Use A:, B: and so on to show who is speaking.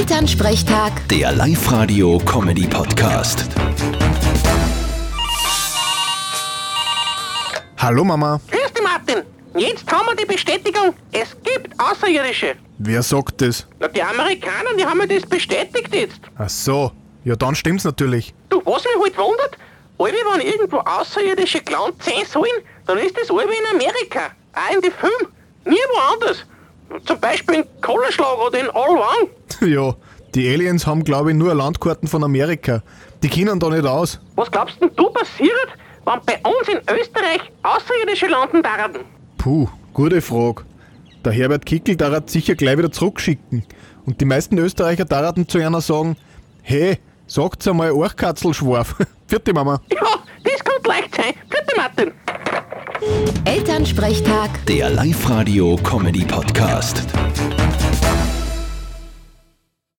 A: Elternsprechtag,
B: Der Live-Radio-Comedy-Podcast.
C: Hallo Mama,
D: Grüß dich, Martin. Jetzt haben wir die Bestätigung, es gibt Außerirdische.
C: wer sagt das?
D: Na, die Amerikaner, die haben mir das bestätigt jetzt.
C: Ach so, ja dann stimmt's natürlich.
D: Du, was mich halt wundert, alle, wenn irgendwo Außerirdische gelandet sein sollen, dann ist das alle in Amerika. Auch in den Filmen. Nirgendwo anders. Zum Beispiel in Kohlenschlag oder in Allwang.
C: ja, die Aliens haben glaube ich nur Landkarten von Amerika. Die kennen da nicht aus.
D: Was glaubst denn du passiert, wenn bei uns in Österreich Außerirdische landen daran?
C: Puh, gute Frage. Der Herbert Kickel darf sicher gleich wieder zurückschicken. Und die meisten Österreicher daraten zu einer sagen, hey, sagt's einmal Orchkatzelschwarf. Vierte Mama.
D: Ja, das kann leicht sein. Bitte, Martin.
A: Elternsprechtag.
B: Der Live-Radio-Comedy-Podcast.